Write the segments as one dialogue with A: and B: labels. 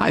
A: Hi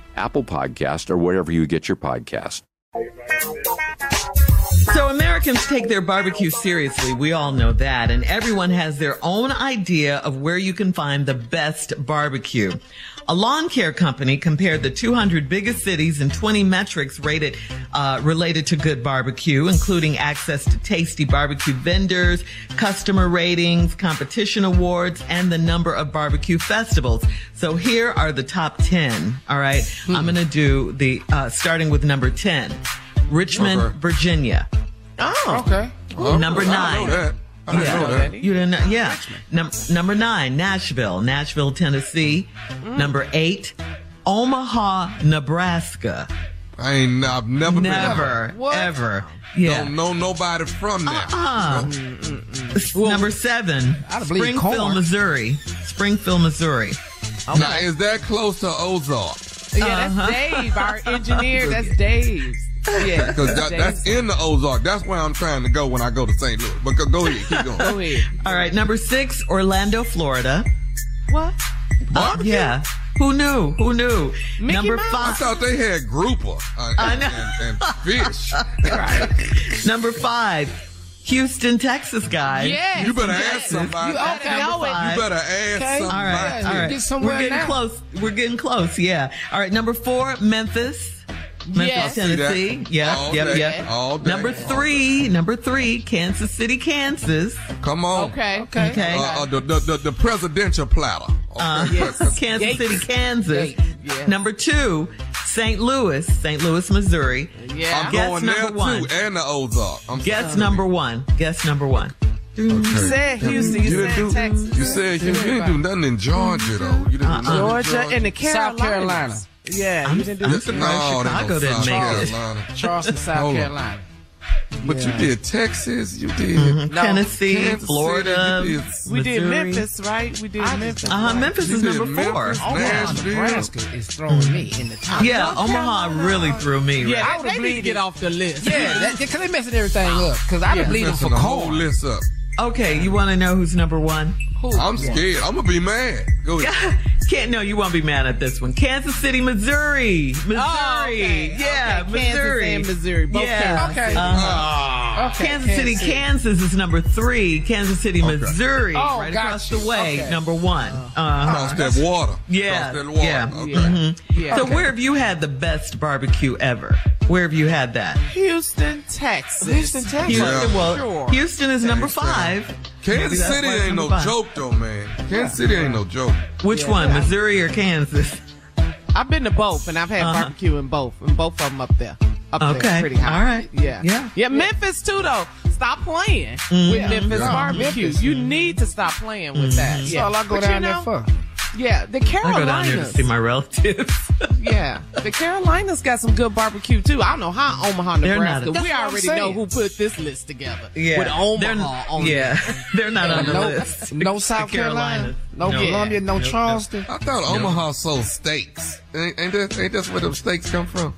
A: Apple Podcast, or wherever you get your podcast.
B: So Americans take their barbecue seriously. We all know that. And everyone has their own idea of where you can find the best barbecue. A lawn care company compared the 200 biggest cities and 20 metrics rated uh, related to good barbecue, including access to tasty barbecue vendors, customer ratings, competition awards, and the number of barbecue festivals. So here are the top 10. All right? I'm going to do the uh, starting with number 10, Richmond,
C: Okay.
B: Virginia.
C: Oh, okay. Well,
B: Number
C: I
B: nine.
C: know that. I didn't know that.
B: You didn't know, yeah. Num- number nine, Nashville, Nashville, Tennessee.
C: Mm.
B: Number eight, Omaha, Nebraska.
C: I ain't. I've never. been there.
B: Never, ever. Yeah.
C: Don't know nobody from there.
D: Uh-uh.
C: So,
B: number seven,
E: I'd believe
B: Springfield,
E: corn.
B: Missouri. Springfield, Missouri.
C: Now, is that close to Ozark?
D: Yeah, that's Dave, our engineer. That's Dave. Yeah,
C: Because that, that's in the Ozark. That's where I'm trying to go when I go to St. Louis. But go- go ahead, keep going.
D: Go ahead.
B: All right, number six, Orlando, Florida.
D: What?
B: Uh, yeah. Who knew? Who knew?
D: Mickey
B: number
D: Mouse?
C: I
B: five.
C: thought they had grouper uh,
B: I
C: and,
B: know.
C: and, and fish.
B: Number five, Houston, Texas, guy.
D: Yes.
C: You better ask somebody.
D: You
C: You
D: okay? Know
B: Number
D: it.
B: five.
C: better ask
D: Okay.
C: somebody.
B: All right,
D: Yeah,
B: all
D: you
B: right.
D: get somewhere
B: We're getting
D: now.
B: close. We're getting close. Yeah. All right. Number four, Memphis. Memphis,
D: Yes.
C: See that?
B: Tennessee. Yep.
C: All
B: yep.
C: day.
B: Yep.
C: All day.
B: Number three. Number three, Kansas City, Kansas.
C: Come on.
D: Okay. Okay.
B: Okay.
C: Uh, uh, the, the, the, the presidential platter. Okay.
D: Uh,
B: Kansas
D: Yates.
B: City, Kansas.
D: Yates, yes.
B: Number two, St. Louis, St. Louis, Missouri.
D: Yeah.
C: I'm
B: Guess
C: going
B: number
C: there
B: one.
C: too, and the Ozark. I'm
B: Guess
C: sorry.
B: number one. Guess number one.
D: You said Houston. You, said
C: didn't do,
D: Texas.
C: You said you, you didn't do nothing in Georgia though. You didn't
B: Uh-uh.
C: do nothing
D: Georgia
C: in
D: and the Carolinas.
E: South Carolina.
D: Yeah,
B: I'm,
D: you didn't do
B: I'm surprised
C: No, they
B: Chicago
C: go
B: didn't
C: South
B: make it.
C: Carolina.
D: Charleston, South
C: Hold on.
D: Carolina.
C: But you did Texas. You did
B: Tennessee,
C: Kansas City,
B: Mm-hmm. Florida.
C: you did-
D: We did
B: Missouri.
D: Memphis, right? We did Memphis.
B: Uh-huh, Memphis
C: you
B: is
C: did
B: number four. Oh,
C: Memphis, Nashville.
E: Nebraska is throwing me in the top.
B: Yeah, Omaha really threw me. right?
D: Yeah,
E: I would
D: they
E: have
D: need to
E: believed
D: get
E: it.
D: off the list.
E: Yeah, that, cause they messing everything up. Cause I would believe them
C: Messing
E: for
C: the whole
E: corn.
C: list up.
B: Okay, you want to know who's number one?
C: I'm scared. I'm gonna be mad. Go ahead.
B: Can't no, you won't be mad at this one. Kansas City, Missouri, Missouri,
D: Oh, okay.
B: yeah,
D: Okay, Kansas
B: Missouri,
D: and Missouri, both
B: yeah,
D: Kansas Okay.
B: Uh-huh.
E: Okay,
B: Kansas, City, Kansas is number three. Kansas City, Missouri,
E: Oh,
B: right
E: got
B: across
E: you.
B: the way,
E: Okay.
B: number one.
D: Uh-huh.
B: Uh,
C: Cross that water.
B: Yeah,
C: Cross that water.
B: yeah. Mm-hmm.
C: Okay.
D: Yeah.
B: So where have you had the best barbecue ever? Where have you had that?
D: Houston, Texas.
E: Houston, Texas.
B: Houston,
C: Yeah.
B: well,
D: Sure.
B: Houston is number five. Maybe
C: Kansas
B: that's
C: City
B: why it's
C: ain't no
B: number five.
C: joke though, man. Kansas City ain't no joke.
B: Which one, Missouri or Kansas?
D: I've been to both, and I've had
B: Uh-huh.
D: barbecue in both, and both of them up there. Up
B: Okay.
D: there, pretty high.
B: All right.
D: Yeah.
B: Yeah. Mm-hmm.
D: Memphis too, though. Stop playing with Memphis barbecue. You need to stop playing with that. Yeah.
E: Mm-hmm. all I go
D: But you
E: down
D: know,
E: there for.
D: Yeah, the
B: I
D: Carolinas.
B: go down there to see my relatives.
D: yeah, the Carolinas got some good barbecue too. I don't know how Omaha,
B: They're not-
D: Nebraska. We
E: That's what I'm
D: already
E: saying.
D: know who put this list together. with Omaha.
B: they're,
D: on
B: yeah, they're not on the
E: No,
B: list.
E: no South
B: The Carolinas.
E: Carolina, no,
D: No.
E: Columbia, no Charleston.
C: I thought Omaha sold steaks. Ain't, ain't, that, ain't that's where them steaks come from?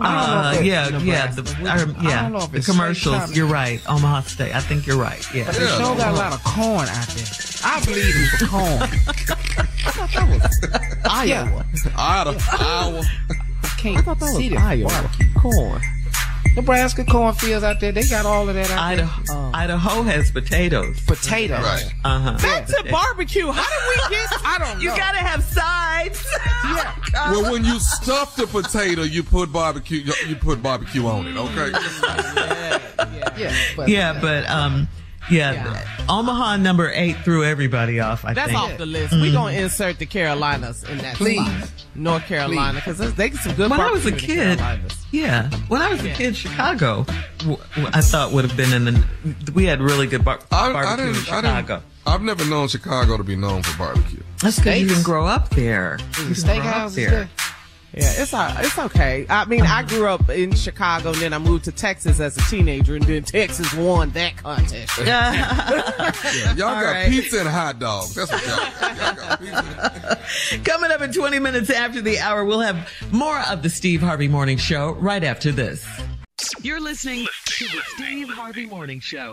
B: Uh, yeah, yeah, the, I, yeah.
E: don't know if
B: The
E: it's straight
B: commercials.
E: shot.
B: You're right. Omaha State. I think you're right. Yeah.
E: They sure got a lot of corn out there. I believe in for corn. Iowa.
C: Iowa. Iowa.
E: Can't I thought that see was Iowa. Barbecue corn. Nebraska cornfields out there, they got all of that out
B: Idaho,
E: Uh.
B: Idaho has potatoes.
E: there. Potatoes.
C: Right.
B: Uh huh.
D: Back to barbecue. How did we get? I don't know.
B: You gotta have sides.
C: Well, when you stuff the potato, you put barbecue. You put barbecue on it. Okay.
B: Mm.
E: Yeah, but
B: yeah, but um, yeah, Omaha number eight threw everybody off. I
D: That's
B: think.
D: off the list. We're gonna insert the Carolinas in that.
E: Please.
D: spot. North Carolina, because they get some good.
B: When I was a
D: barbecue in the
B: kid,
D: Carolinas.
B: yeah. When I was a kid, Chicago, w- w- I thought would have been in the. We had really good bar-
C: I, I
B: barbecue in
C: didn't. I
B: Chicago.
C: didn't. I've never known Chicago to be known for barbecue.
B: That's because you
E: Steaks.
B: didn't grow up there. You didn't grow up
E: steakhouses there.
D: Yeah, it's all, it's okay. I mean, I grew up in Chicago, and then I moved to Texas as a teenager, and then Texas won that contest.
C: Y'all got
B: right.
C: pizza and hot dogs. That's what y'all got. Y'all got pizza.
B: Coming up in 20 minutes after the hour, we'll have more of the Steve Harvey Morning Show right after this.
F: You're listening to the Steve Harvey Morning Show.